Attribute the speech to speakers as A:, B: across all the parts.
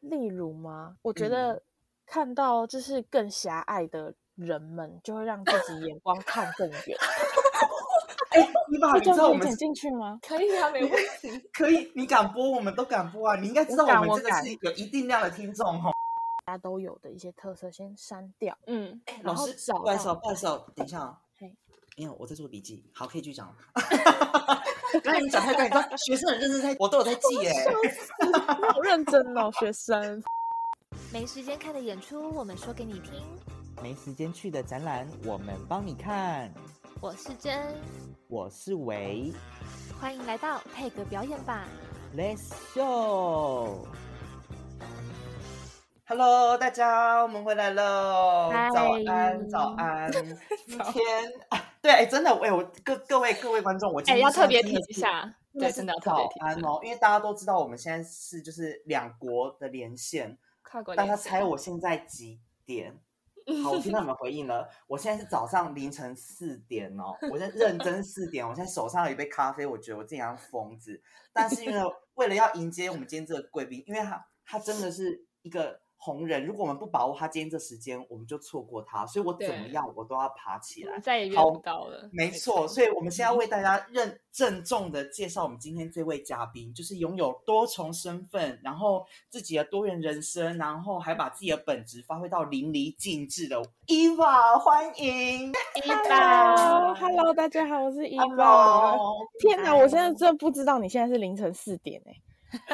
A: 例如吗？我
B: 嗯
A: 觉得看到就是更狭隘的人们，就会让自己眼光看更 远。
B: 啊
C: 哎、你把
A: 这
C: 你知道
A: 就
C: 我
A: 可以
C: 们
A: 剪进去吗？
B: 可以啊，没问题。
C: 可以，你敢播，我们都敢播啊！你应该知道
A: 我敢
C: 们这个
A: 我敢
C: 是有一定量的听众哦。
A: 大家都有的一些特色，先删掉。
B: 嗯，
A: 然
C: 老
A: 后
C: 师，
A: 找
C: 不好意思
A: 到
C: 哦，不好意思哦，等一下哦
A: 嘿。
C: 没有，我在做笔记。好，可以继续讲了。 刚才你讲太快，你知道学生很认真在，我都有在记耶。
A: 你好认真哦，学生。
D: 没时间看的演出，我们说给你听。
E: 没时间去的展览，我们帮你看。
D: 我是真，
E: 我是维
D: 欢迎来到配格表演吧。
E: ，Let's show。
C: Hello，大家，我们回来喽！
D: 嗨
C: 早安，早 安。今天啊对，哎真的，哎，我各各位各位观众，我今
B: 哎，
C: 天
B: 要特别
C: 真
B: 提
C: 的
B: 一
C: 是
B: 下，对，真的要特别
C: 早
B: 提
C: 安
B: 一下。
C: 哦，因为大家都知道我们现在是就是两国的连线，
B: 跨国
C: 大
B: 联
C: 家
B: 系，
C: 猜我现在几点？好，我听 到你们回应了。我现在是早上凌晨四点哦，我在认 真四点。我现在手上有一杯咖啡，我觉得我自己像疯子。但是因为 为了要迎接我们今天这个贵宾，因为他他真的是一个红人，如果我们不把握他今天这时间，我们就错过他。所以我怎么
B: 对
C: 样我都要爬起
B: 我
C: 来
B: 们。再也约
C: 好
B: 不到了。
C: 没错，嗯所以我们现在为大家认郑重的介绍我们今天这位嘉宾，就是拥有多重身份，然后自己的多元人生，然后还把自己的本职发挥到淋漓尽致的 Eva，欢迎
B: 一吧
A: 哦 Hello，大家好，我是伊娃。
B: 哦
C: Eva。
A: 天哪，我现在真的不知道你现在是凌晨四点哎、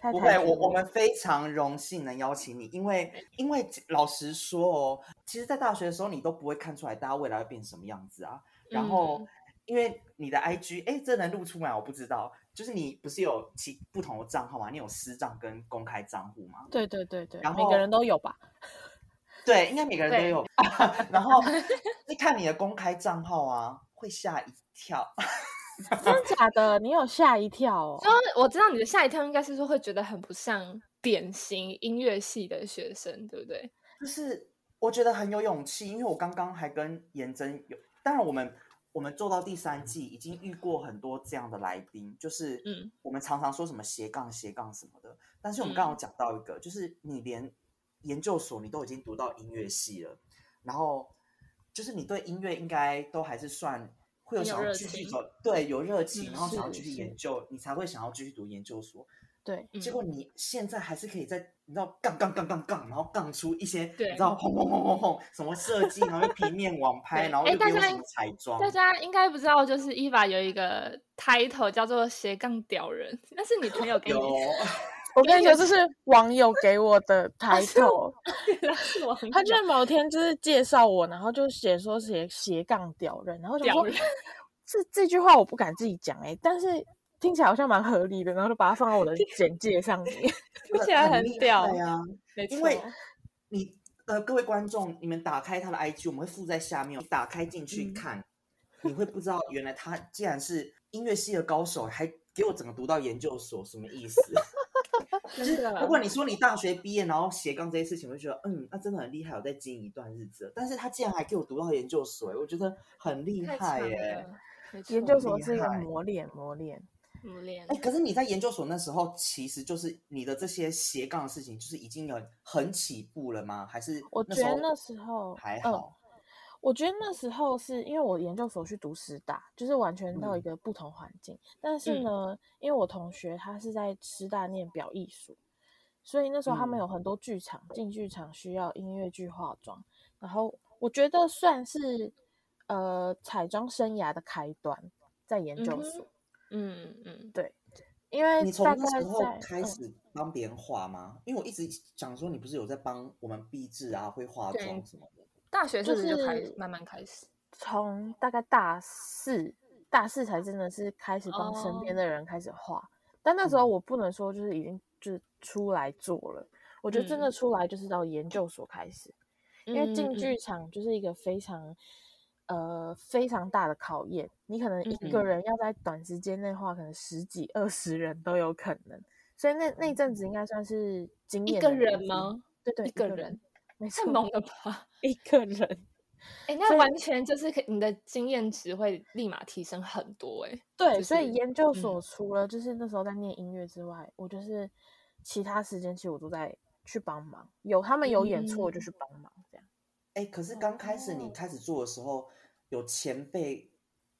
A: 太
C: 不
A: 开
C: 会，
A: 心
C: 我我
A: 了
C: 们非常荣幸能邀请你，因为因为老实说哦，其实，在大学的时候你都不会看出来大家未来会变什么样子啊。然后，
A: 嗯
C: 因为你的 IG，哎，这能录出来我不知道，就是你不是有其不同的账号吗？你有私账跟公开账户吗？
A: 对对对对，
C: 然
A: 每
C: 后
A: 个人都有吧？
C: 对，应该每个人都
B: 对
C: 有。 然后一看你的公开账号啊，会吓一跳。
A: 真的假的？你有吓一跳哦
B: 就！我知道你的下一跳应该是说会觉得很不像典型音乐系的学生，对不对？
C: 就是我觉得很有勇气，因为我刚刚还跟颜真有，当然我们我们做到第三季已经遇过很多这样的来宾，就是
B: 嗯
C: 我们常常说什么斜杠斜杠什么的，但是我们
B: 嗯
C: 刚刚有讲到一个，就是你连研究所你都已经读到音乐系了，然后就是你对音乐应该都还是算。会有
B: 很有
C: 想要
B: 热
C: 继续
B: 情
C: 走，对，有热情，
B: 嗯
C: 然后想要
A: 是
C: 继续
A: 是
C: 研究，你才会想要继续读研究所。
A: 对，
B: 嗯
C: 结果你现在还是可以在你知道杠杠杠杠杠，然后杠出一些
B: 对
C: 你知道轰轰轰轰轰什么设计，然后又平面网拍，
B: 对
C: 然后
B: 哎
C: 又
B: 大
C: 给我
B: 家
C: 什么彩妆，
B: 大家应该不知道，就是伊娃有一个 title 叫做斜杠屌人， 那是你朋友给你
C: 有
A: 我跟你说，这是网友给我的 抬头，
B: 的，是我很
A: 他就某天就是介绍我，然后就写说斜斜杠屌人，然后就
B: 屌
A: 说
B: 人，
A: 这这句话我不敢自己讲哎、但是听起来好像蛮合理的，然后就把它放到 我的简介上面。
B: 听起来很
C: 厉
B: 屌
C: 害啊！
B: 没
C: 因
B: 错，
C: 为你呃，各位观众，你们打开他的 IG，我们会附在下面哦，你打开进去
A: 嗯
C: 看，你会不知道原来他竟然是音乐系的高手，还给我整个读到研究所，什么意思？
B: 真
C: 如
B: 的
A: 嗯
C: 果你说你大学毕业然后斜杠这些事情，我就觉得嗯，那真的很厉害，我在经营一段日子了。但是他竟然还给我读到研究所，欸我觉得很厉
B: 太
C: 害
B: 强
C: 耶。
B: 了，没
A: 研
B: 错
A: 究所是一个
C: 厉害
A: 磨练，磨练。
B: 磨练
C: 哎，，可是你在研究所那时候，其实就是你的这些斜杠的事情，就是已经有很起步了吗？还是
A: 我
C: 那
A: 觉
C: 时
A: 得
C: 候
A: 那时候
C: 还
A: 嗯
C: 好？
A: 我觉得那时候是因为我研究所去读师大，就是完全到一
C: 嗯
A: 个不同环境。但是
B: 嗯
A: 呢，因为我同学他是在师大念表艺术，所以那时候他们
C: 嗯
A: 有很多剧场，进剧场需要音乐剧、化妆。然后我觉得算是呃彩妆生涯的开端，在研
B: 嗯
A: 究
B: 哼
A: 所，
B: 嗯嗯，
A: 因为
C: 你从
A: 大
C: 那
A: 概
C: 时候
A: 在
C: 开
A: 嗯
C: 始帮别人画吗？因为我一直想说，你不是有在帮我们壁纸啊，会化
B: 对
C: 妆什么的。
B: 大学是不是就开
A: 就是
B: 始慢慢开始？
A: 从大概大四，大四才真的是开始帮身边
B: 哦
A: 的人开始画。但那时候
C: 嗯
A: 我不能说就是已经就是出来做了，我觉得真的
B: 嗯
A: 出来就是到研究所开始，因为进
B: 嗯嗯嗯
A: 剧场就是一个非常呃非常大的考验，你可能一个
C: 嗯
A: 人要在短时间内画可能十几二十人都有可能，所以那那阵子应该算是经
B: 嗯一
A: 验
B: 个
A: 的累
B: 人
A: 积？
B: 吗？
A: 对对，
B: 一个人，
A: 没
B: 太
A: 错，
B: 猛了吧！
A: 一个人。所
B: 哎，那
A: 以
B: 完全就是可你的经验值会立马提升很多哎。
A: 对，
B: 就
A: 所以
B: 是
A: 研究
B: 嗯
A: 所除了就是那时候在念音乐之外，我就是其他时间其实我都在去帮忙，有他们有演出我就
B: 嗯
A: 去帮忙这样。
C: 哎，可是刚开始你
D: 哦
C: 开始做的时候，有前辈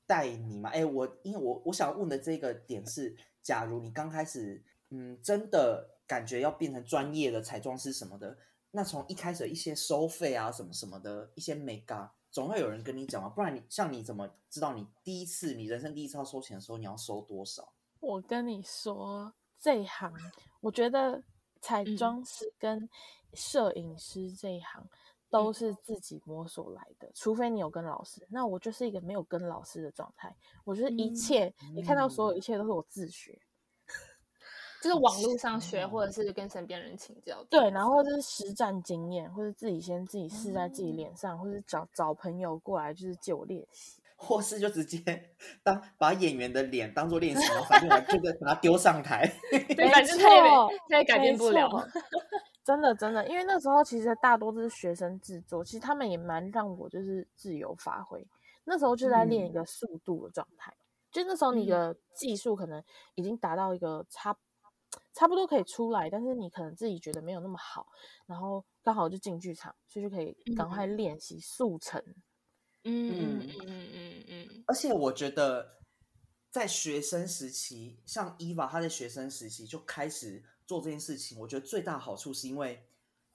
C: 带你吗？哎，我因为我我想问的这个点是，假如你刚开始，嗯，真的感觉要变成专业的彩妆师什么的，那从一开始的一些收费啊，什么什么的一些 make up，总会有人跟你讲嘛，不然你像你怎么知道你第一次你人生第一次要收钱的时候你要收多少？
A: 我跟你说，这一行，我觉得彩
B: 嗯
A: 妆师跟摄影师这一行都是自己摸索来的，除非你有跟老师。那我就是一个没有跟老师的状态，我就是一
B: 嗯
A: 切、你看到所有一切都是我自学，
B: 就是网络上学，
C: 哦
B: 或者是跟身边人请教。
A: 对，然后就是实战经验，或者自己先自己试在
B: 嗯
A: 自己脸上，或者找找朋友过来就是借我 练习。
C: 或是就直接当把演员的脸当做练习，然后反正我就在把它丢上台。
B: 对，
A: 没
B: 反正他也没
A: 错
B: 他也改变
A: 没
B: 不了。
A: 错。真的真的，因为那时候其实大多都是学生制作，其实他们也蛮让我就是自由发挥。那时候就在练一个速度的状态，就那时候你
B: 嗯
A: 的技术可能已经达到一个差差不多可以出来，但是你可能自己觉得没有那么好，然后刚好就进剧场，所以就可以赶快练习速成。
C: 嗯
B: 嗯嗯嗯嗯嗯
C: 而且我觉得，在学生时期，像伊娃，她在学生时期就开始做这件事情。我觉得最大好处是因为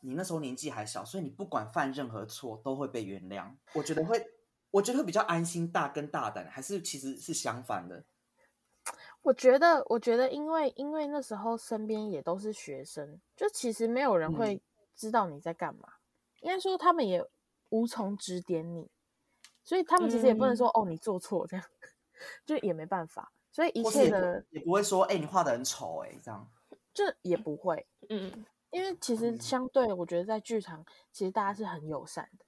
C: 你那时候年纪还小，所以你不管犯任何错都会被原谅。我觉得会，我觉得会比较安心大跟大胆，还是其实是相反的。
A: 我觉得，我觉得，因为因为那时候身边也都是学生，就其实没有人
C: 嗯
A: 会知道你在干嘛，应该说他们也无从指点你，所以他们其实也不能
C: 嗯
A: 说、哦你做错这样，就也没办法，所以一
C: 或是
A: 切
C: 也不
A: 的
C: 也不会说，哎、你画的很丑、哎，这样。
A: 就也不会，
B: 嗯
A: 因为其实
C: 嗯
A: 相对我觉得在剧场，其实大家是很友善的，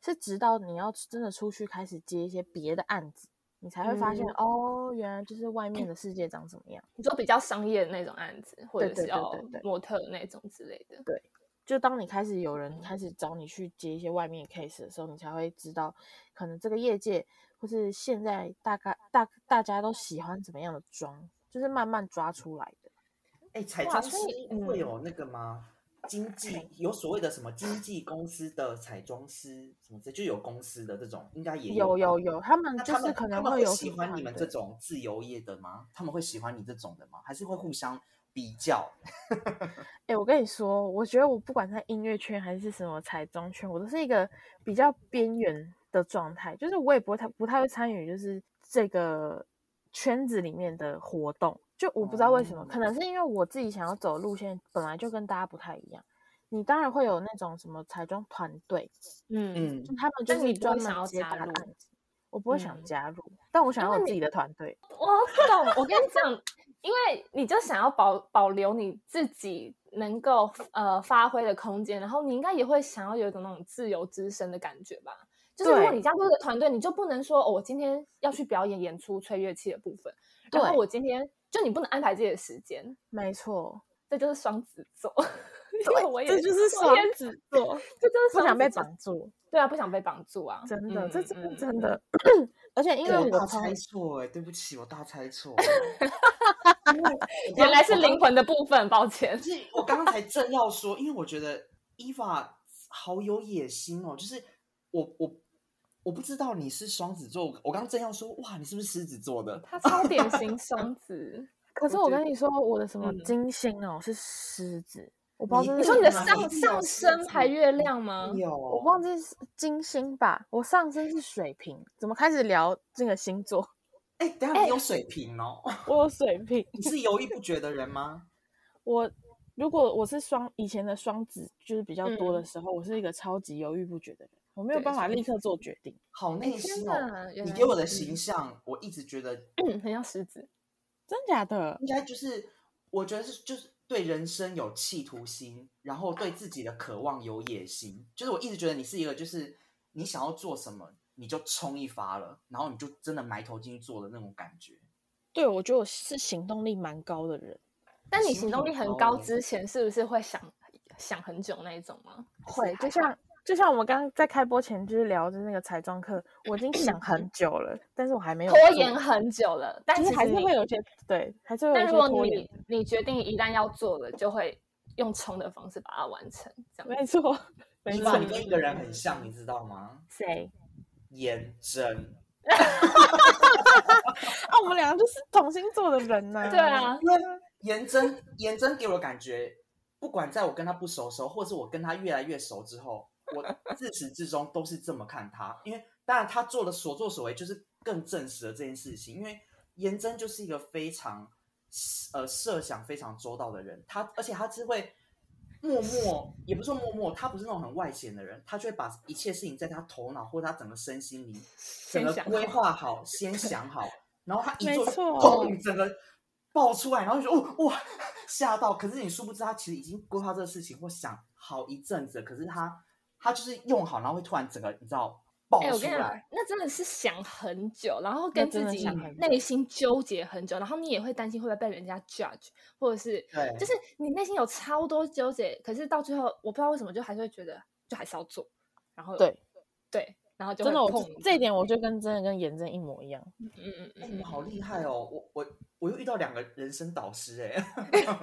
A: 是直到你要真的出去开始接一些别的案子，你才会发现、
B: 嗯
A: 哦原来就是外面的世界长怎么样。
B: 你说比较商业的那种案子，或
A: 对
B: 者
A: 对
B: 是
A: 对
B: 要
A: 对对
B: 模特那种之类的。
A: 就当你开始有人开始找你去接一些外面的 case 的时候，你才会知道，可能这个业界或是现在大概大大家都喜欢怎么样的妆，就是慢慢抓出来的。
C: 哎、彩
B: 哇
A: 啊
C: 妆师
B: 所以
C: 会
B: 嗯
C: 有那个吗？经纪有所谓的什么经纪公司的彩妆师什么之类，就有公司的这种，应该也
A: 有
C: 吧
A: 有有，他们
C: 那
A: 就
C: 他
A: 是
C: 们
A: 可
C: 他
A: 能
C: 们
A: 有
C: 喜
A: 什么
C: 欢你
A: 样
C: 们
A: 的
C: 这种自由业的吗？他们会喜欢你这种的吗？还是会互相比较？
A: 哎、我跟你说，我觉得我不管在音乐圈还是什么彩妆圈，我都是一个比较边缘的状态，就是我也不太不太会参与，就是这个圈子里面的活动。就我不知道为什么，
B: 哦
A: 可能是因为我自己想要走的路线本来就跟大家不太一样。你当然会有那种什么彩妆团队，
B: 嗯，
A: 就他们就
B: 但
A: 是
B: 你不会
A: 专
B: 想
A: 门
B: 要
A: 接
B: 加
A: 大的
B: 入
A: 案子，我不会想
B: 嗯
A: 加入，但我想
B: 因
A: 要
B: 为
A: 有
B: 你
A: 自己的团队。
B: 我懂。我跟你讲，因为你就想要保保留你自己能够呃发挥的空间，然后你应该也会想要有一种那种自由之身的感觉吧。就是如果
A: 对
B: 你加入这个团队，你就不能说、哦、我今天要去表演演出吹乐器的部分，然后
A: 对
B: 我今天就你不能安排自己的时间，
A: 没错，
B: 这就是双子座。因为我也
A: 这就是
B: 我
A: 双
B: 也
A: 子座，
B: 这就
A: 不
B: 是双
A: 想
B: 子
A: 被
B: 座
A: 绑住。
B: 对啊，不想被绑住啊，
A: 真的，这
B: 嗯
A: 真
B: 嗯
A: 的真
B: 嗯
A: 的， 而且因为
C: 哎我
A: 我
C: 大
A: 从
C: 猜错哎、对不起，我大猜错。
B: 原来是灵魂的部分，抱歉
C: 可。是我刚才正要说，因为我觉得伊娃好有野心哦，就是我我我不知道你是双子座，我刚正要说哇，你是不是狮子座的？
B: 他超典型双子，
A: 可是
C: 我
A: 我
C: 觉
A: 跟你说，我的什么
B: 嗯
A: 金星哦是狮子，我不知道这
C: 你
B: 你
A: 是
B: 说你的
A: 哪
C: 哪
A: 里
C: 里
B: 上上升还月亮吗？
C: 嗯有，
A: 嗯我忘记是金星吧，我上升是水瓶，怎么开始聊这个星座？
C: 哎、等一下你有水瓶哦，
A: 我有水瓶，
C: 你是犹豫不决的人吗？
A: 我如果我是双以前的双子，就是比较多的
B: 嗯
A: 时候，我是一个超级犹豫不决的人，我没有
B: 对
A: 办法
B: 双
A: 立刻做决定。
C: 好内心哦，
B: 哪原
C: 你
B: 来
C: 给我的
B: 是嗯
C: 形象，我一直觉得
B: 很像狮子。
A: 真假的？
C: 应该就是，我觉得是就是对人生有企图心，然后对自己的渴望有野心。就是我一直觉得你是一个，就是你想要做什么你就冲一发了，然后你就真的埋头进去做的那种感觉。
A: 对，我觉得我是行动力蛮高的人，
B: 但你
C: 行
B: 行动
C: 动
B: 力很
C: 高
B: 高
C: 耶
B: 之前，是不是会想想很久那一种吗？
A: 会就像就像我们刚刚在开播前就是聊的那个彩妆课，我已经想很久了，但是我还没有
B: 拖
A: 做
B: 延很久了，但
A: 但
B: 其
A: 是
B: 实
A: 还是
B: 你
A: 会有一些对，还是会有
B: 但
A: 一
B: 如
A: 些
B: 果
A: 拖延
B: 你你决定一旦要做了，就会用冲的方式把它完成，这样
A: 没错， 没
C: 伊
A: 错
C: 娃，，你跟一个人很像，你知道吗？
A: 谁？
C: 颜真，
A: 啊，我们两个就是同星座的人 呐、
B: 对，啊，
C: 因为颜真，颜真给我的感觉，不管在我跟他不熟的时候，或是我跟他越来越熟之后，我自始至终都是这么看他。因为当然他做的所作所为就是更证实了这件事情。因为颜真就是一个非常呃设想非常周到的人，他而且他是会。默默也不是说默默，他不是那种很外显的人，他就会把一切事情在他头脑或者他整个身心里整
B: 先
C: 个
B: 想
C: 规划 好，先想好，然后他一
A: 没
C: 做，
A: 错
B: 哦
C: 砰，整个爆出来，然后就觉得哦哇吓到。可是你殊不知，他其实已经规划这个事情或想好一阵子，可是他他就是用好，然后会突然整个你知道爆
B: 哎、我
C: 出
B: 跟你讲
C: 来。，
B: 那真的是想很久，然后跟
A: 那真
B: 自
A: 的
B: 己
A: 想很久
B: 内心纠结很久，然后你也会担心会不会被人家 judge，或者是
C: 对，
B: 就是
A: 嗯
B: 你内心有超多纠结，可是到最后我不知道为什么就还是会觉得就还是要做，然后
A: 对
B: 对，然后就
A: 真的，
B: 会
A: 我
B: 碰
A: 就这一点我就跟真的跟严正一模一样。
B: 嗯嗯
C: 哎
B: 嗯
C: 你们好厉害哦！我我我又遇到两个人生导师哎、
B: 嗯，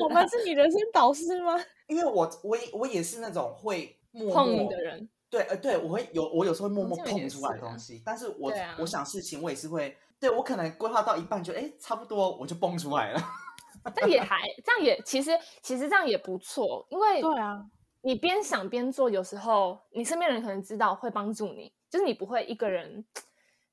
A: 我们是你人生导师吗？
C: 因为我我也我也是那种会默
B: 碰
C: 默
A: 哦
B: 的人，
C: 对，呃，对我会有，我有时候会默
B: 好
C: 默
B: 像也
C: 碰出来的
B: 是啊
C: 东西，但是我、
B: 对啊
C: 我想事情，我也是会，对我可能规划到一半就哎差不多，我就蹦出来了。
B: 但也还这样也其实其实这样也不错，因为
A: 对啊，
B: 你边想边做，有时候你身边的人可能知道会帮助你，就是你不会一个人。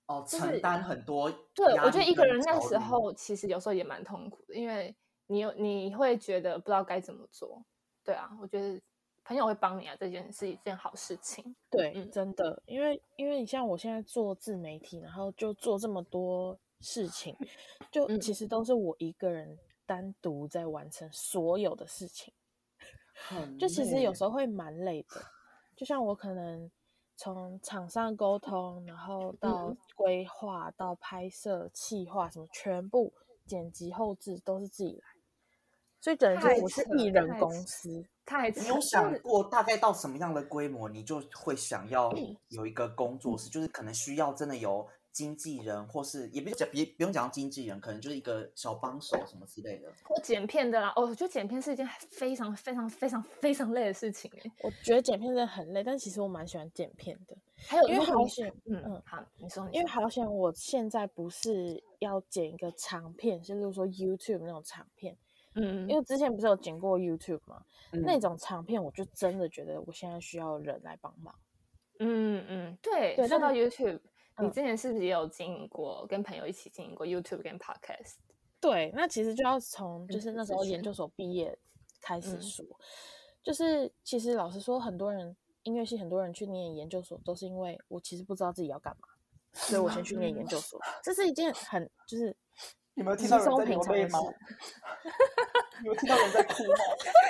C: 哦，
B: 就
C: 承
B: 是
C: 担很多压力跟
B: 对
C: 焦虑。，
B: 我觉得一个人那时候其实有时候也蛮痛苦的，因为你有你会觉得不知道该怎么做。对啊，我觉得朋友会帮你啊，这件是一件好事情。
A: 对，
B: 嗯
A: 真的，因为因为你像我现在做自媒体，然后就做这么多事 情，就
B: 嗯
A: 其实都是我一个人单独在完成所有的事情，
C: 很
A: 就其实
C: 累
B: 嗯
A: 有时候会蛮累的。就像我可能从场上沟通，然
B: 嗯
A: 后到规划、到拍摄、企划什么，全部剪辑后置都是自己来，所以等于
B: 太
A: 是我是
B: 扯
A: 艺人
B: 太
A: 公
B: 扯
A: 司。
B: 太
C: 你
B: 扯
C: 有想
B: 了
C: 过大概到什么样的规模，你就会想要
B: 嗯
C: 有一个工作室，就是可能需要真的有经纪人，或是也不讲别不用讲经纪人，可能就是一个小帮手什么之类的。
B: 或剪片的啦，哦，我觉得剪片是一件非常非常非常非常累的事情哎。
A: 我觉得剪片真的很累，但其实我蛮喜欢剪片的。
B: 还有
A: 因为
B: 如果
A: 好
B: 你
A: 险，
B: 嗯
A: 嗯
B: 嗯，好，你说，你
A: 因为
B: 说
A: 好险，我现在不是要剪一个长片，是例如说 YouTube 那种长片，
B: 嗯
A: 因为之前不是有剪过 YouTube 嘛，那
C: 嗯
A: 种长片我就真的觉得我现在需要人来帮忙。
B: 嗯嗯，对，
A: 对但
B: 说到
A: 是
B: YouTube，你
A: 嗯
B: 之前是不是也有经营过跟朋友一起经营过 YouTube 跟 Podcast？
A: 对，那其实就要从就
B: 嗯
A: 是那
B: 之
A: 时候研
B: 前
A: 究所毕业开始
B: 嗯
A: 说，就是其实老实说，很多人音乐系很多人去念研究所，都是因为我其实不知道自己要干嘛，所以我先去念研究所，这是一件很 就是
C: 你们有
A: 轻松平常的事。
C: 你们听到有人在哭吗？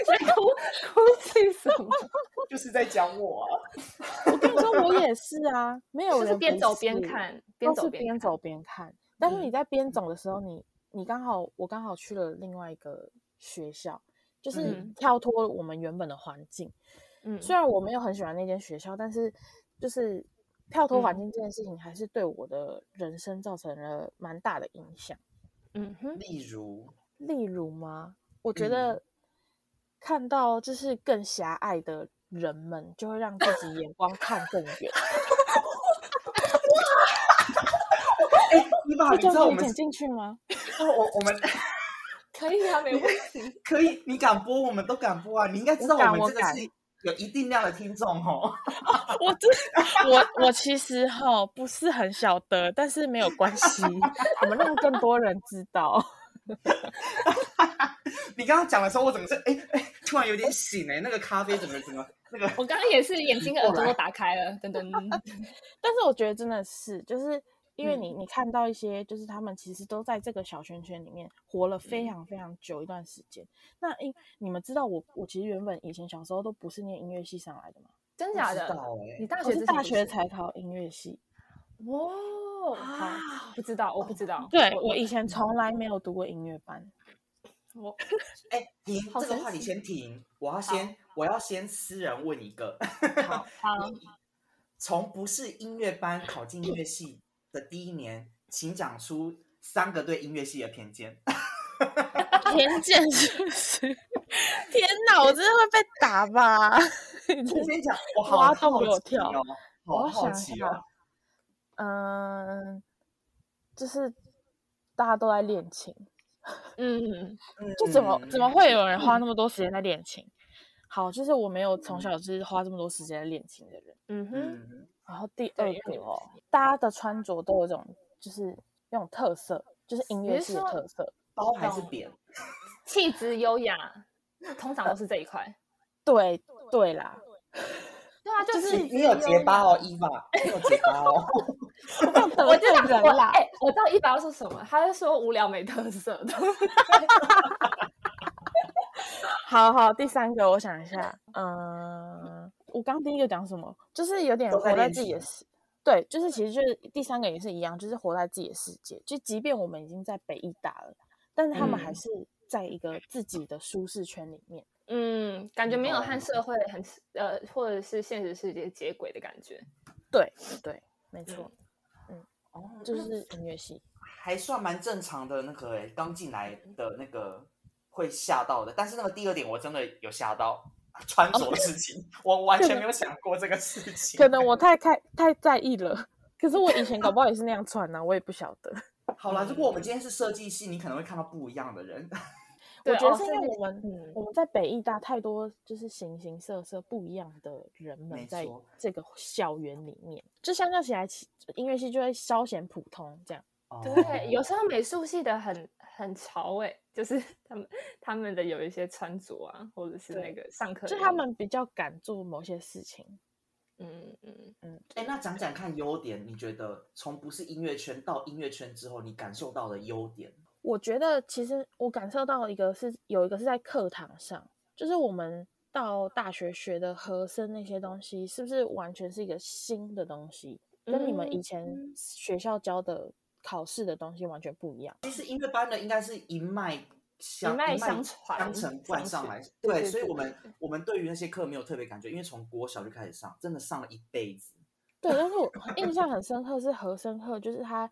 B: 在哭哭泣什么？
C: 就是在讲我啊。
A: 我跟你说，我也是啊，没有
B: 就
A: 人
B: 是边
A: 不
B: 走边
A: 是
B: 看，边
A: 都
B: 走
A: 是
B: 边
A: 边
B: 看
A: 走边看。但是
B: 嗯
A: 你在边走的时候，你你刚好我刚好去了另外一个学校，就是
B: 嗯
A: 跳脱我们原本的环境。
B: 嗯，
A: 虽然我没有很喜欢那间学校，但是就是跳脱环
B: 嗯
A: 境这件事情，还是对我的人生造成了蛮大的影响。
B: 嗯 哼，
C: 例如，
A: 例如吗？我觉
C: 嗯
A: 得看到就是更狭隘的人们，就会让自己眼光看更 远。
B: 啊
C: 哎，伊爸，
A: 这
C: 你知
A: 就
C: 道
A: 可
C: 我
A: 以
C: 们
A: 剪进去吗？
C: 哦我 我们
B: 可以啊，没问题。
C: 可以，你敢播，我们都敢播啊！你应该知
A: 我
C: 道
A: 敢
C: 我
A: 我
C: 们这个
A: 敢
C: 是有一定量的听众哦。
A: 我真我我其实哈不是很晓得，但是没有关系，我们让更多人知道。
C: 你刚刚讲的时候，我整个是哎哎，突然有点醒哎、那个咖啡整个整个那个
B: 我刚刚也是 眼睛跟耳朵都打开了，等等，
A: 但是我觉得真的是，就是因为你、你看到一些，就是他们其实都在这个小圈圈里面活了非常非常久一段时间。那因你们知道我我其实原本以前小时候都不是念音乐系上来的嘛，
B: 真
C: 不
B: 假
C: 知
B: 的？
C: 道
B: 你
C: 哎、
B: 大
A: 欸我
B: 学
A: 是
B: 之前
A: 大
B: 不
A: 学
B: 是
A: 才考音乐系。
B: 哇，哦好，不知道，我不知道。
A: 对我嗯以前从来没有读过音乐 班，
B: 我
C: 哎、你
B: 好
C: 这个
B: 神
C: 话你
B: 奇
C: 先停，我要先我要先私人问一个，
B: 好 好
C: 从不是音乐班考进音乐系的第一年，请讲出三个对音乐系的偏见。
A: 偏见是不是？ 天哪，我真的会被打 吧？
C: 我跟你讲，我好
A: 挖
C: 好
A: 洞给我
C: 奇
A: 跳
C: 哦，好
A: 我
C: 好
A: 想
C: 奇
A: 一
C: 哦
A: 下。嗯，就是大家都在练琴，
B: 嗯，
A: 就怎么、怎么
C: 嗯
A: 会有人花那么多时间在练琴？好，就是我没有从小就是花这么多时间在练琴的人。
B: 嗯哼，
C: 嗯，
A: 然后第
B: 对
A: 二
B: 因为你
A: 个
B: 们
A: 哦，大家的穿着都有一种就是那种特色，就是音乐
B: 你是
A: 系的
B: 说
A: 特色。
C: 包还是扁？
B: 气质优雅，通常都是这一块。
A: 对对啦，
B: 对啊，就
C: 你
B: 是
C: 你有结巴哦，伊娃， 你有结巴哦。
A: 我不想
B: 我
A: 得
B: 知
A: 罪
B: 道，
A: 人
B: 我
A: 啦
B: 哎、。我知道一宝说什么，他是说无聊没特色的。
A: 好好，第三个我想一下，嗯，我刚第一个讲什么？就是有点
C: 都在
A: 活在
C: 练
A: 自己的
C: 习
A: 世，对，就是其实就是第三个也是一样，就是活在自己的世界。就即便我们已经在北医大了，但是他们还
B: 嗯
A: 是在一个自己的舒适圈里面。
B: 嗯，感觉没有
C: 哦
B: 和社会很呃，或者是现实世界接轨的感觉。
A: 对对，没错，
C: 哦，
A: 就
C: 那
A: 是音乐系。
C: 还算蛮正常的那个诶，刚进来的那个会吓到的。但是那个第二点我真的有吓到，穿着
A: 哦
C: 的事情，我完全没有想过这个事情。
A: 可能我太太太在意了，可是我以前搞不好也是那样穿呢、我也不晓得。
C: 好啦，如果我们今天是设计系，你可能会看到不一样的人。
A: 我
B: 对
A: 觉得
B: 哦
A: 是因
B: 所
A: 为
B: 以
A: 我们、
B: 嗯
A: 我们在北艺大太多就是形形色色不一样的人们
C: 没
A: 在
C: 错
A: 这个校园里面，就相较起来，其音乐系就会稍显普通这样。
B: 嗯对，有时
C: 候
B: 候美术系的很很潮哎、就是 他们他们的有一些穿着啊，或者是那
A: 对
B: 个上课的
A: 就
B: 样子，
A: 他们比较敢做某些事情。
B: 嗯嗯，
C: 哎，那讲讲看优点，你觉得从不是音乐圈到音乐圈之后，你感受到的优点？
A: 我觉得其实我感受到一个是有一个是在课堂上，就是我们到大学学的和声那些东西，是不是完全是一个新的东西，跟你们以
B: 嗯
A: 前
B: 嗯
A: 学校教的考试的东西完全不一样？
C: 其实音乐班的应该是一脉相
B: 一脉
C: 相
B: 相传
C: 相承贯
B: 上
C: 上来。
B: 去
C: 对，
B: 对对
C: 所以
B: 对
C: 我们
B: 对
C: 我们对于那些课没有特别感觉，因为从国小就开始上，真的上了一辈子。
A: 对，但是我印象很深刻是和声课，就是他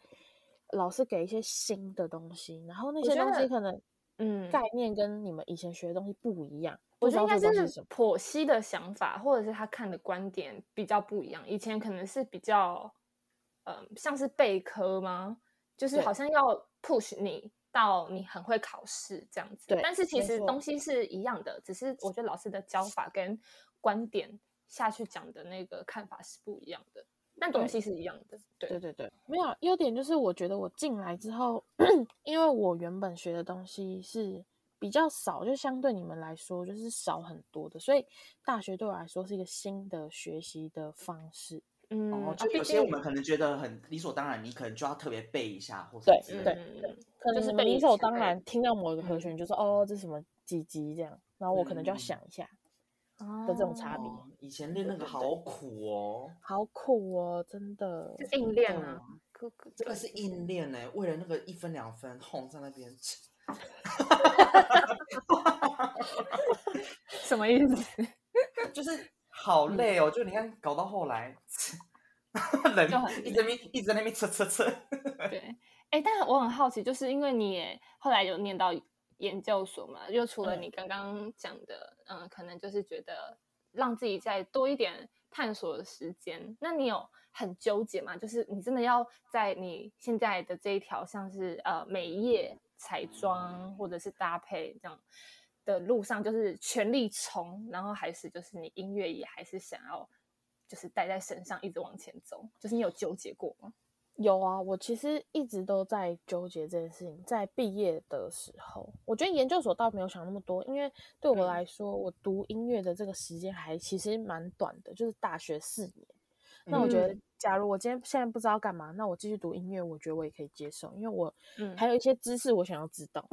A: 老是给一些新的东西，然后那
B: 我
A: 些
B: 觉
A: 东西
B: 得
A: 可能
B: 嗯
A: 概念跟你们以前学的东西不一样。
B: 我
A: 不知
B: 觉得
A: 道
B: 应该
A: 这个东西
B: 就是
A: 什么？
B: 剖析的想法，或者是他看的观点比较不一样。以前可能是比较，嗯、像是备科吗？就是
A: 对
B: 好像要 push 你到你很会考试这样子。
A: 对
B: 但是其
A: 没
B: 实
A: 错
B: 东西是一样的，只是我觉得老师的教法跟观点下去讲的那个看法是不一样的，但东
A: 对
B: 西是一样的。对，
A: 对对对，没有优点就是我觉得我进来之后， 因为我原本学的东西是比较少，就相对你们来说就是少很多的，所以大学对我来说是一个新的学习的方式。
B: 嗯，
C: 哦，
B: 啊
C: 就
B: 毕
C: 有些
B: 竟
C: 我们可能觉得很理所当然，你可能就要特别背一下，或者
A: 对
C: 之类
A: 对
C: 的
B: 嗯
A: 可
B: 就
A: 能
B: 是
A: 你们
B: 被
A: 理
B: 以
A: 所
B: 前
A: 当
B: 的
A: 然听到某一个和
B: 嗯
A: 弦就说、哦这是什么几级这样，然后我可能就要
C: 嗯
A: 想一下的这种差别。
C: 哦以前练那个好苦哦，
A: 好苦哦，真的。
B: 就是硬练啊
C: 嗯，
B: 哥哥
C: 这个是硬练呢，为了那个一分两分，哄在那边。
B: 什么意思？
C: 就是好累哦，就你看搞到后来， 人
B: 就很
C: 一直在那边一直在那边扯 扯扯，
B: 对，哎、但我很好奇，就是因为你也后来有念到研究所嘛，就除了
A: 嗯
B: 你刚刚讲的，嗯、可能就是觉得让自己再多一点探索的时间，那你有很纠结吗？就是你真的要在你现在的这一条，像是呃美业、彩妆或者是搭配这样的路上，就是全力冲，然后还是就是你音乐也还是想要。就是带在身上一直往前走，就是你有纠结过吗？
A: 有啊，我其实一直都在纠结这件事情。在毕业的时候，我觉得研究所倒没有想那么多，因为对我
B: 嗯
A: 来说，我读音乐的这个时间还其实蛮短的，就是大学四年。那我觉得，假如我今天现在不知道干嘛，那我继续读音乐，我觉得我也可以接受，因为我
B: 嗯
A: 还有一些知识我想要知道，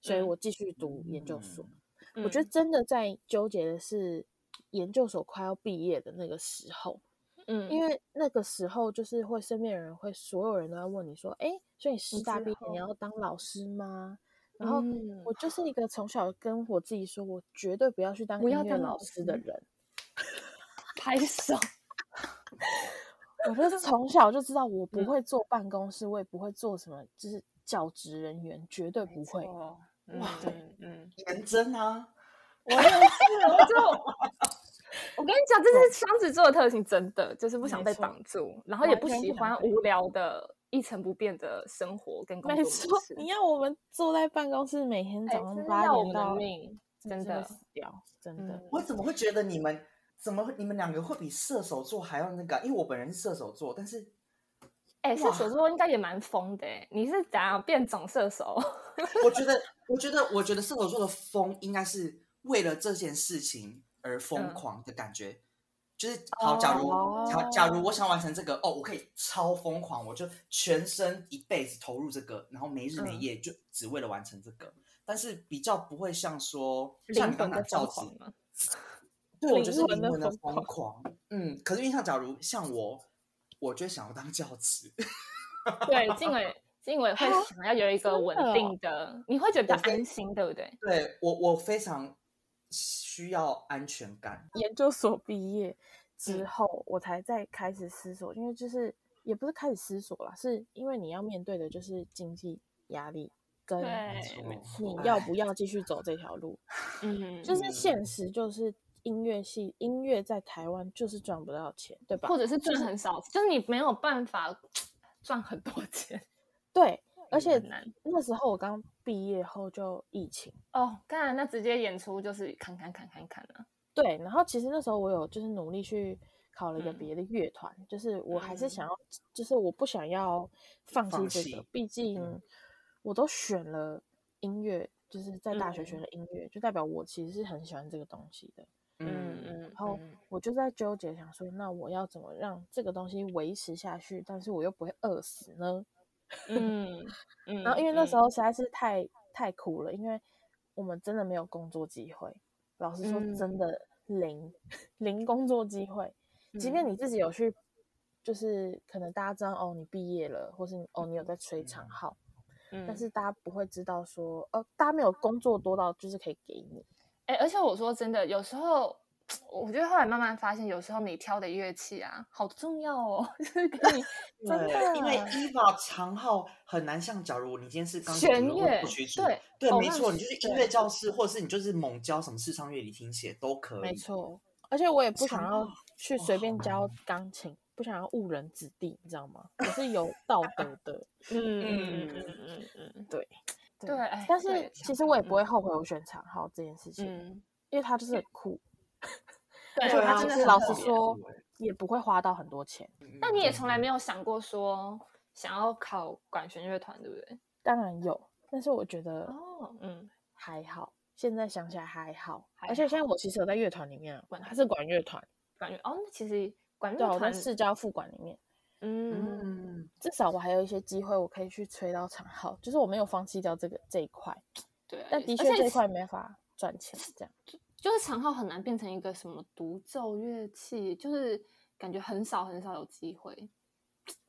A: 所以
B: 嗯
A: 我继续读研究所。我
B: 我
A: 觉得真的在纠结的是研究所快要毕业的那个时候，
B: 嗯，
A: 因为那个时候就是会身边的人会所有人都在问你说，哎，所以你师
B: 你
A: 大
B: 之
A: 毕业你
B: 后
A: 要当老师吗？然后
B: 嗯
A: 我就是一个从小跟我自己说，我绝对不要去当
B: 不
A: 音
B: 要
A: 乐
B: 当
A: 老
B: 老
A: 师的
B: 师
A: 人。
B: 拍手，
A: 我就是从小就知道我不会坐办公室，我也不会做什么，就是 教职人员，绝对不会。
B: 哇，
A: 哇
B: 嗯嗯，
C: 认真啊！
B: 我也是，我就我跟你讲，这是双子座的特性，真的就是不想被
A: 没错
B: 绑住，然后也
A: 完
B: 不
A: 全
B: 喜
A: 不想
B: 欢
A: 被
B: 无聊的、一成不变的生活跟工
A: 没
B: 作
A: 错
B: 模，式。
A: 你要我们坐在办公室，每天
B: 哎
A: 早上
B: 真的
A: 八
B: 要我
A: 点
B: 们的
A: 到，
B: 命，真
A: 的会
B: 的。
A: 死掉，真的
B: 嗯。
C: 我怎么会觉得你们怎么会你们两个会比射手座还要那个啊？因为我本人是射手座，但是
B: 哎，射手座应该也蛮疯的哎，你是怎样变种射手？
C: 我觉得，我觉得，我觉得射手座的疯应该是为了这件事情而疯
B: 嗯
C: 狂的感觉。就是好，假如假
A: 哦
C: 假如我想完成这个，哦，我可以超疯狂，我就全身一辈子投入这个，然后没日没
B: 嗯
C: 夜就只为了完成这个。但是比较不会像说像
B: 灵
C: 你刚刚
B: 魂的
C: 讲教
B: 疯
C: 子
B: 狂，吗？
C: 对，我觉得是
A: 灵
C: 灵
A: 魂
C: 魂
A: 的
C: 的
A: 疯
C: 疯狂。嗯，可是因为像假如像我，我就想要当教职，
B: 对，静伟，静伟会想要有一个
A: 啊真
B: 稳
A: 的哦
B: 定的，你会觉得比较
C: 我会
B: 安心，对不对？
C: 对我我非常需要安全感。
A: 研究所毕业
B: 嗯
A: 之后，我才再开始思索，因为就是也不是开始思索啦，是因为你要面对的就是经济压力跟
B: 对
C: 没错
A: 你
C: 哎
A: 要不要继续走这条路，
B: 嗯，
A: 就是
C: 嗯
A: 现实就是音乐系音乐在台湾就是赚不到钱，对吧
B: 或？者是赚很少，就是你没有办法赚很多钱，
A: 对，而且
B: 很难
A: 那时候我刚毕业后就疫情。
B: 哦。当然，那直接演出就是砍砍砍砍砍啊了、
A: 对，然后其实那时候我有就是努力去考了一个
B: 嗯
A: 别的乐团，就是我还是想
B: 嗯
A: 要，就是我不想要放
C: 放
A: 弃这个
C: 弃，
A: 毕竟
C: 嗯
A: 我都选了音乐，就是在大学
C: 嗯
A: 学了音乐，就代表我其实是很喜欢这个东西的。
B: 嗯
C: 嗯，
B: 嗯，
A: 然后
B: 嗯
A: 我就在纠结，想说那我要怎么让这个东西维持下去，但是我又不会饿死呢？
B: 嗯 嗯，
A: 然后因为那时
B: 嗯
A: 候实在是太、太苦了，因为我们真的没有工作机会，老实说
B: 嗯
A: 真的零、零工作机会。即便
B: 嗯
A: 你自己有去，就是可能大家知道哦，你毕业了，或是你哦你有在吹长号，
B: 嗯
A: 但是大家不会知道说哦，大家没有工作多到就是可以给你。
B: 哎、而且我说真的，有时候我觉得后来慢慢发现，有时候你挑的乐器啊，好重要哦， 就是跟你
A: 真
C: 对
A: 的
C: 因为 EVA 长号很难像，假如你今天是钢琴
B: 弦
C: 主
B: 乐
C: 或曲主，
B: 对
C: 对，
B: 偶
C: 没
B: 然
C: 错，你
B: 是
C: 就是
B: 对
C: 音乐教室，或者是你就是猛教什么视唱乐理听写都可以。
A: 没，错，而且我也不想
C: 嗯长
A: 要
C: 号
A: 去
C: 哇
A: 随
C: 好
A: 便教钢琴，不想要误人子弟，你知道吗？我是有道德的。
B: 嗯嗯
C: 嗯
B: 嗯嗯嗯
A: 对嗯
B: 对哎
A: 但
B: 对
A: 是
B: 想
A: 其实我也
B: 到
A: 不会后悔我选长号这件事情，
B: 嗯，
A: 因为它就是很酷，
B: 对，
A: 而且
C: 啊
A: 它
C: 我
A: 其
B: 真
A: 实
B: 的
A: 老
B: 很
A: 实
B: 特别。
A: 说嗯也不会花到很多钱。
B: 那你也从来没
C: 有
B: 有想过说想要考管弦乐团，对不对？
A: 当然有，但是我觉得
B: 哦，嗯，
A: 还好，现在想起来还好。
B: 还
A: 而且现在我其实有在乐团里面啊，
B: 管
A: 还是管乐团，
B: 管乐哦，那其实管
A: 对啊，
B: 乐
A: 我在
B: 团，
A: 市交副管里面，
B: 嗯，
C: 嗯，
A: 至少我还有一些机会，我可以去吹到长号，就是我没有放弃掉这个这一块，
B: 对啊，
A: 但
B: 也
A: 的
B: 是
A: 确
B: 而且
A: 这一
B: 其
A: 块没办法赚钱，这样
B: 就是长号很难变成一个什么独奏乐器，就是感觉很少很少有机会。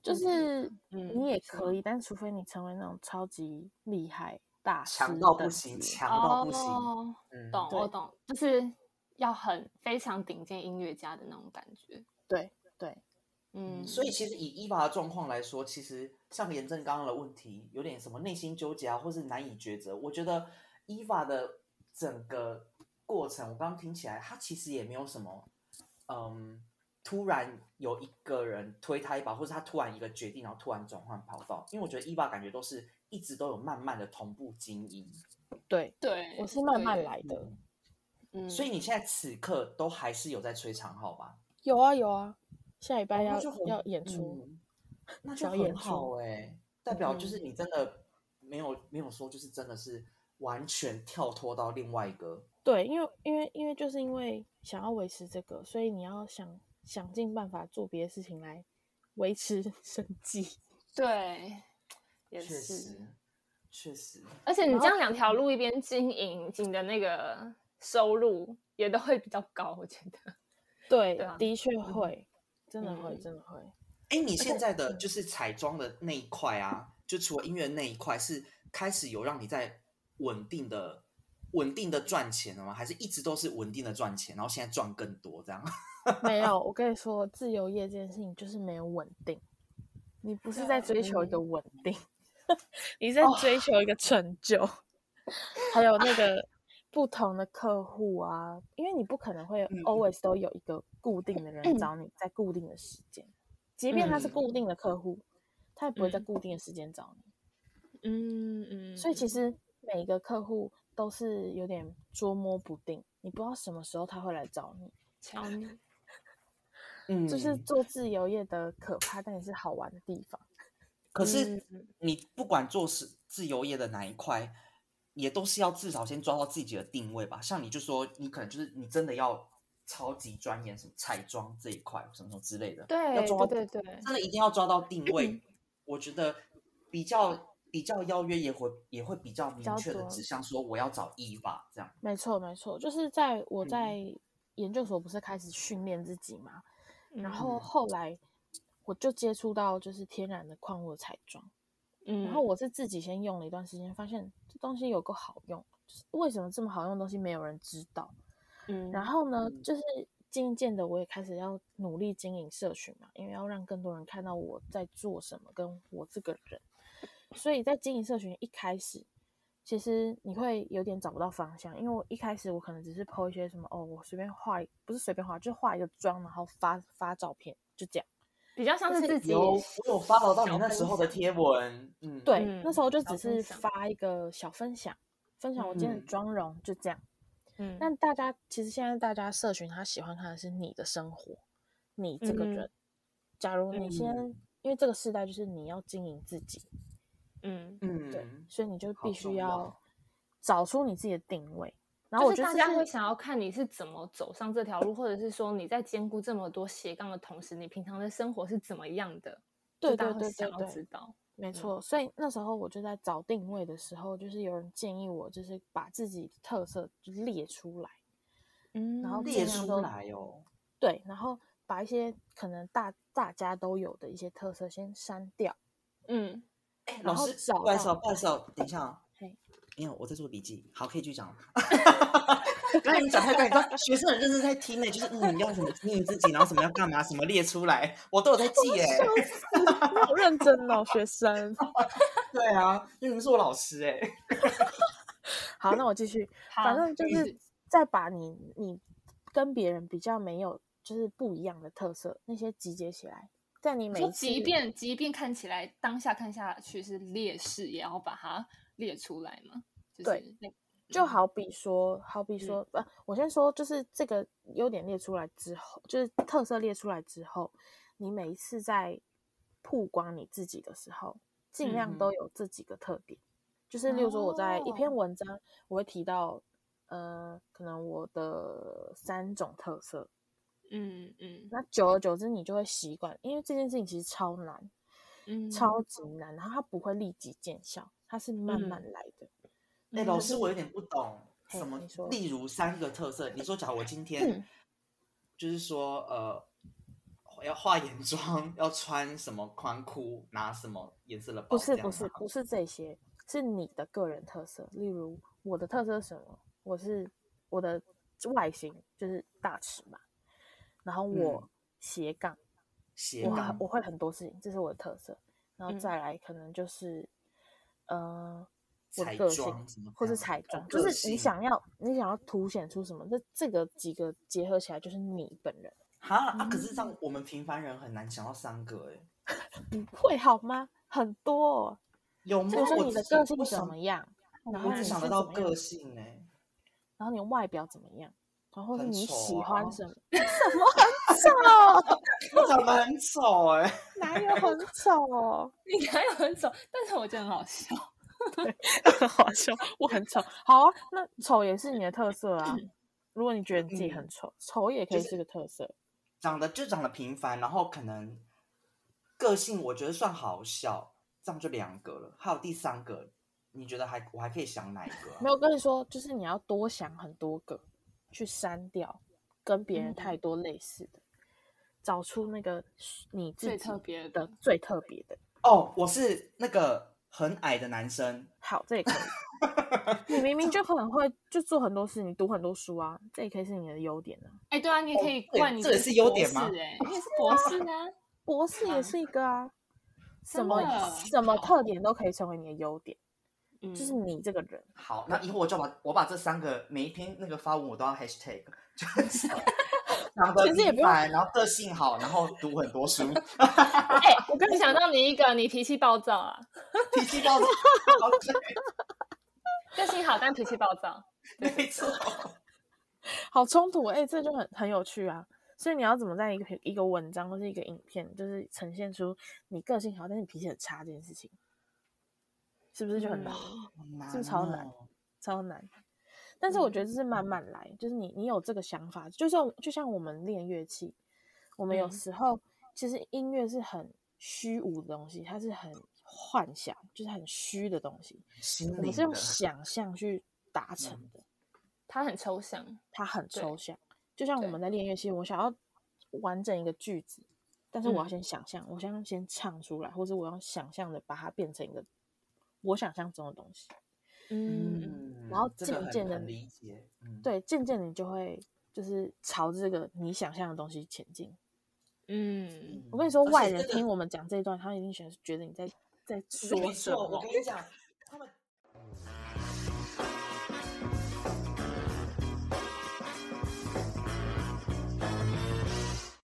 A: 就
B: 变成一
A: 是
B: 个嗯
A: 你也
B: 是
A: 可以，但除非你成为那种超级厉害大师
C: 强到不
A: 等
C: 行，
A: 级
C: 强到不行。
B: 哦，
C: 嗯
B: 懂
A: 对
B: 我懂，就是要很非常顶尖音乐家的那种感觉。
A: 对对，
B: 嗯，
C: 所以其实以伊娃的状况来说，其实像严正刚刚的问题，有点什么内心纠结啊，或是难以抉择。我觉得伊娃的整个过程，我刚刚听起来，他其实也没有什么，嗯，突然有一个人推他一把，或是他突然一个决定，然后突然转换跑道。因为我觉得伊娃感觉都是一直都有慢慢的同步经营，
A: 对，
B: 对，
A: 我是慢慢
B: 对，
A: 来的。
B: 嗯
C: 所以你现在此刻都还是有在吹长号吧？
A: 有啊有啊，下礼拜
C: 哦那
A: 要
C: 就很
A: 要演出，
C: 嗯那就
A: 小演
C: 很好
A: 出
C: 哎、代表就是
B: 嗯
C: 你真的没有没有说，就是真的是完全跳脱到另外一个，
A: 对，因为因为因为就是因为想要维持这个，所以你要想想尽办法做别的事情来维持 生计。
B: 对，也
C: 确
B: 是。
C: 实确实，
B: 而且你
A: 然
B: 这
A: 后
B: 样两条路一边经营，你的那个收入也都会比较高，我觉得。
A: 对，
B: 对啊
A: 的确会，真的会，
B: 嗯
A: 真的会。
C: 哎、你现在
A: 嗯
C: 的就是彩妆的那一块啊，就除了音乐那一块，是开始有让你在稳定的。稳定的赚钱了吗？还是一直都是稳定的赚钱，然后现在赚更多这样？
A: 没有，我跟你说，自由业这件事情就是没有稳定，你不是在追求一个稳
B: 哦
A: 定，你在追求一个成就，还有那个不同的客户啊，因为你不可能会
C: 嗯
A: always 都有一个固定的人找你在固定的时间，即便他是
B: 嗯
A: 固定的客户，他也不会在
B: 嗯
A: 固定的时间找你。
B: 嗯嗯，
A: 所以其实每个客户都是有点捉摸不定，你不知道什么时候他会来找你。
B: 乔你，
C: 嗯，
A: 就是做自由业的可怕，但也是好玩的地方。
C: 可是你不管做是自由业的哪一块，也都是要至少先抓到自己的定位吧。像你就说，你可能就是你真的要超级钻研什么彩妆这一块，什么什么之类的，要
B: 对
C: 抓
B: 对对对，
C: 真的一定要抓到定位。我觉得比较比较邀约也会也会比较
A: 较
C: 明确的
A: 多
C: 指向说我要找 E 吧这样。
A: 没错，没错，就是在我
C: 嗯
A: 在研究所不是开始训练自己嘛，然后
C: 嗯
A: 后来我就接触到就是天然的矿物彩妆，
B: 嗯，
A: 然后我是自己先用了一段时间，发现这东西有个好用，就是为什么这么好用的东西没有人知道？
B: 嗯，
A: 然后呢，就是渐渐的我也开始要努力经营社群嘛，因为要让更多人看到我在做什么，跟我这个人。所以在经营社群一开始，其实你会有点找不到方向，因为我一开始我可能只是 PO 一些什么哦，我随便画一，不是随便画，就画一个妆，然后发发照片，就这样。
B: 比较像
A: 就是是
B: 自己
C: 有，我有 follow 到你
B: 小
C: 那
B: 分
C: 时候的
B: 享
C: 贴文，嗯，
A: 对，
B: 嗯
A: 那时候就
B: 小
A: 只
B: 分
A: 是
B: 享
A: 发一个小分享，分享我今天的
C: 嗯
A: 妆容，就这样。
B: 嗯，
A: 但大家其实现在大家社群他喜欢看的是你的生活，你这个
B: 嗯
A: 人。假如你先，
C: 嗯
A: 因为这个时代就是你要经营自己，
B: 嗯，
C: 嗯，
A: 对，所以你就
C: 好
A: 必须
C: 重要
A: 要找出你自己的定位。然后
B: 哦就
A: 我
B: 是
A: 觉得
B: 大
A: 这
B: 家
A: 是
B: 会想要看你是怎么走上这条路，或者是说你在兼顾这么多斜杠的同时，你平常的生活是怎么样的？
A: 对
B: 就大
A: 对
B: 家会
A: 对
B: 想
A: 对
B: 要
A: 对，
B: 知道。嗯
A: 没错。所以那时候我就在找定位的时候，就是有人建议我，就是把自己的特色就列出来，
B: 嗯
A: 然后尽
C: 列
A: 量
C: 出
A: 都
C: 来哦。
A: 对，然后把一些可能大大家都有的一些特色先删掉。
B: 嗯，
C: 哎，
A: 然
C: 老
A: 后
C: 师，
A: 找
C: 不好意思
A: 到
C: 哦，不好意思哦，等一下啊
A: 嘿。
C: 没有，我在做笔记。好，可以继 续讲了。刚才你讲太快，你知道学生很认真在听呢，就是嗯，要什么经营自己，然后什么要干嘛，什么列出来，我都有在记耶。欸
A: 你好认真哦，学生。
C: 对啊，因为你们是我老师哎。
A: 好，那我继续。
B: 好
A: 反正就
B: 继
A: 是
B: 续
A: 再把你你跟别人比较没有就是不一样的特色那些集结起来，在你每
B: 说
A: 一次
B: 即便即便看起来当下看下去是劣势，也要把它列出来嘛。就
A: 对
B: 是那，
A: 就
B: 嗯
A: 好比说，好比
B: 嗯
A: 说，呃，我先说，就是这个优点列出来之后，就是特色列出来之后，你每一次在曝光你自己的时候，尽
C: 嗯
A: 量
C: 哼
A: 都有这几个特点。就是例如说，我在一篇
B: 哦
A: 文章，我会提到，呃，可能我的三种特色，
B: 嗯嗯
A: 那久而久之，你就会习惯，因为这件事情其实超难，
B: 嗯，
A: 超级难，然后它不会立即见效，它是慢慢
C: 嗯
A: 来的。嗯
C: 哎、老师，我有点不懂
A: 嘿
C: 什么
A: 你说，嗯
C: 例如三个特色。你说，假如我今天就是说，呃，要化眼妆，要穿什么宽裤，拿什么颜色的包，
A: 不是
C: 哦这样
A: 不是
C: 吗
A: 不是这些，是你的个人特色。例如我的特色是什么？我是我的外形就是大尺码，然后我
C: 嗯
A: 斜杠，
C: 斜
A: 我
C: 杠
A: 很，我会很多事情，这是我的特色。然后
B: 嗯
A: 再来可能就是，呃，我的
C: 彩
A: 个性
C: 妆什么这样，
A: 或是彩妆，
C: 哦
A: 就是你
C: 个性
A: 想要你想要凸显出什么，这这个几个结合起来就是你本人，
C: 哈啊，
A: 嗯
C: 可是这样我们平凡人很难想到三个哎，
A: 会好吗？很多、哦，
C: 有吗？
A: 比如说
C: 我
A: 你的
C: 只
A: 个性怎
C: 我想
A: 么样，然后
C: 我
A: 你
C: 只想
A: 是
C: 得到
A: 怎么样
C: 个性哎，
A: 然后你外表怎么样，然后或是
C: 很
A: 你
C: 丑
A: 喜
C: 啊
A: 欢什 么，什么很丑，
C: 我长得很丑哎，
A: 哪有很丑 哦？
B: 你还有很丑，但是我觉得很好笑。
A: 好笑，我很丑。好啊，那丑也是你的特色啊。如果你觉得你自己很丑，丑也可以
C: 嗯就是
A: 是个特色。
C: 长得就长得平凡，然后可能个性我觉得算好笑，这样就两个了。还有第三个，你觉得还我还可以想哪一个、啊？
A: 没有跟你说，就是你要多想很多个，去删掉跟别人
B: 嗯
A: 太多类似的，找出那个你自
B: 最
A: 己
B: 特别
A: 的
B: 的
A: 最特别的。
C: 哦，我是那个很矮的男生，
A: 好，这也可以。 你明明就很会，就做很多事，你读很多书啊，这也可以是你的优点啊。
B: 哎，对啊，你也可以
C: 这也
B: 冠你
C: 这也
B: 自己
C: 是优
B: 博
C: 点吗
B: 士 哎，你也是博士啊。
A: 博士也是一个啊，什
B: 真
A: 么
B: 的
A: 什么
B: 好
A: 特点都可以成为你的优点。
B: 嗯
A: 就是你这个人。
C: 好，那以后我就把我把这三个每一篇那个发文我都要 hashtag，就是 长得
A: 其实也不
C: 平
A: 用
C: 凡，然后个性好，然后读很多书，
B: 哎、我刚想到你一个，你脾气暴躁啊，
C: 脾气暴躁，
B: 个性好但脾气暴躁。
C: 对没错。
A: 好冲突，哎、这就很很有趣啊。所以你要怎么在一个一个文章或是一个影片，就是呈现出你个性好，但是你脾气很差这件事情，是不是就很难？
C: 好
A: 是不是超难
C: 嗯哦？嗯
A: 超难。但是我觉得这是慢慢来，就是你你有这个想法，就像就像我们练乐器，我们有
B: 嗯
A: 时候、其实音乐是很虚无的东西，它是很幻想，就是很虚的东西，
C: 心
A: 我
C: 灵
A: 们是用
C: 的嗯
A: 想象去达成的。
B: 他很抽象，
A: 它很
B: 对
A: 抽象。就像我
B: 对
A: 们在练乐器，我想要完整一个句子，但是我要
B: 嗯
A: 先想象，我想要先唱出来，或者我要想象的把它变成一个我想象中的东西。
B: 嗯，
C: 嗯
A: 然后
C: 这个
A: 渐
C: 很
A: 渐地
C: 很理解，嗯，
A: 对，渐渐你就会就是朝这个你想象的东西前进。
B: 嗯，
C: 嗯，
A: 我跟你说，
C: 而且
A: 外
C: 这
A: 人
C: 个
A: 听我们讲这一段，他一定觉得觉得你在在
C: 没
A: 说什
C: 错，我
A: 么
C: 跟。你讲，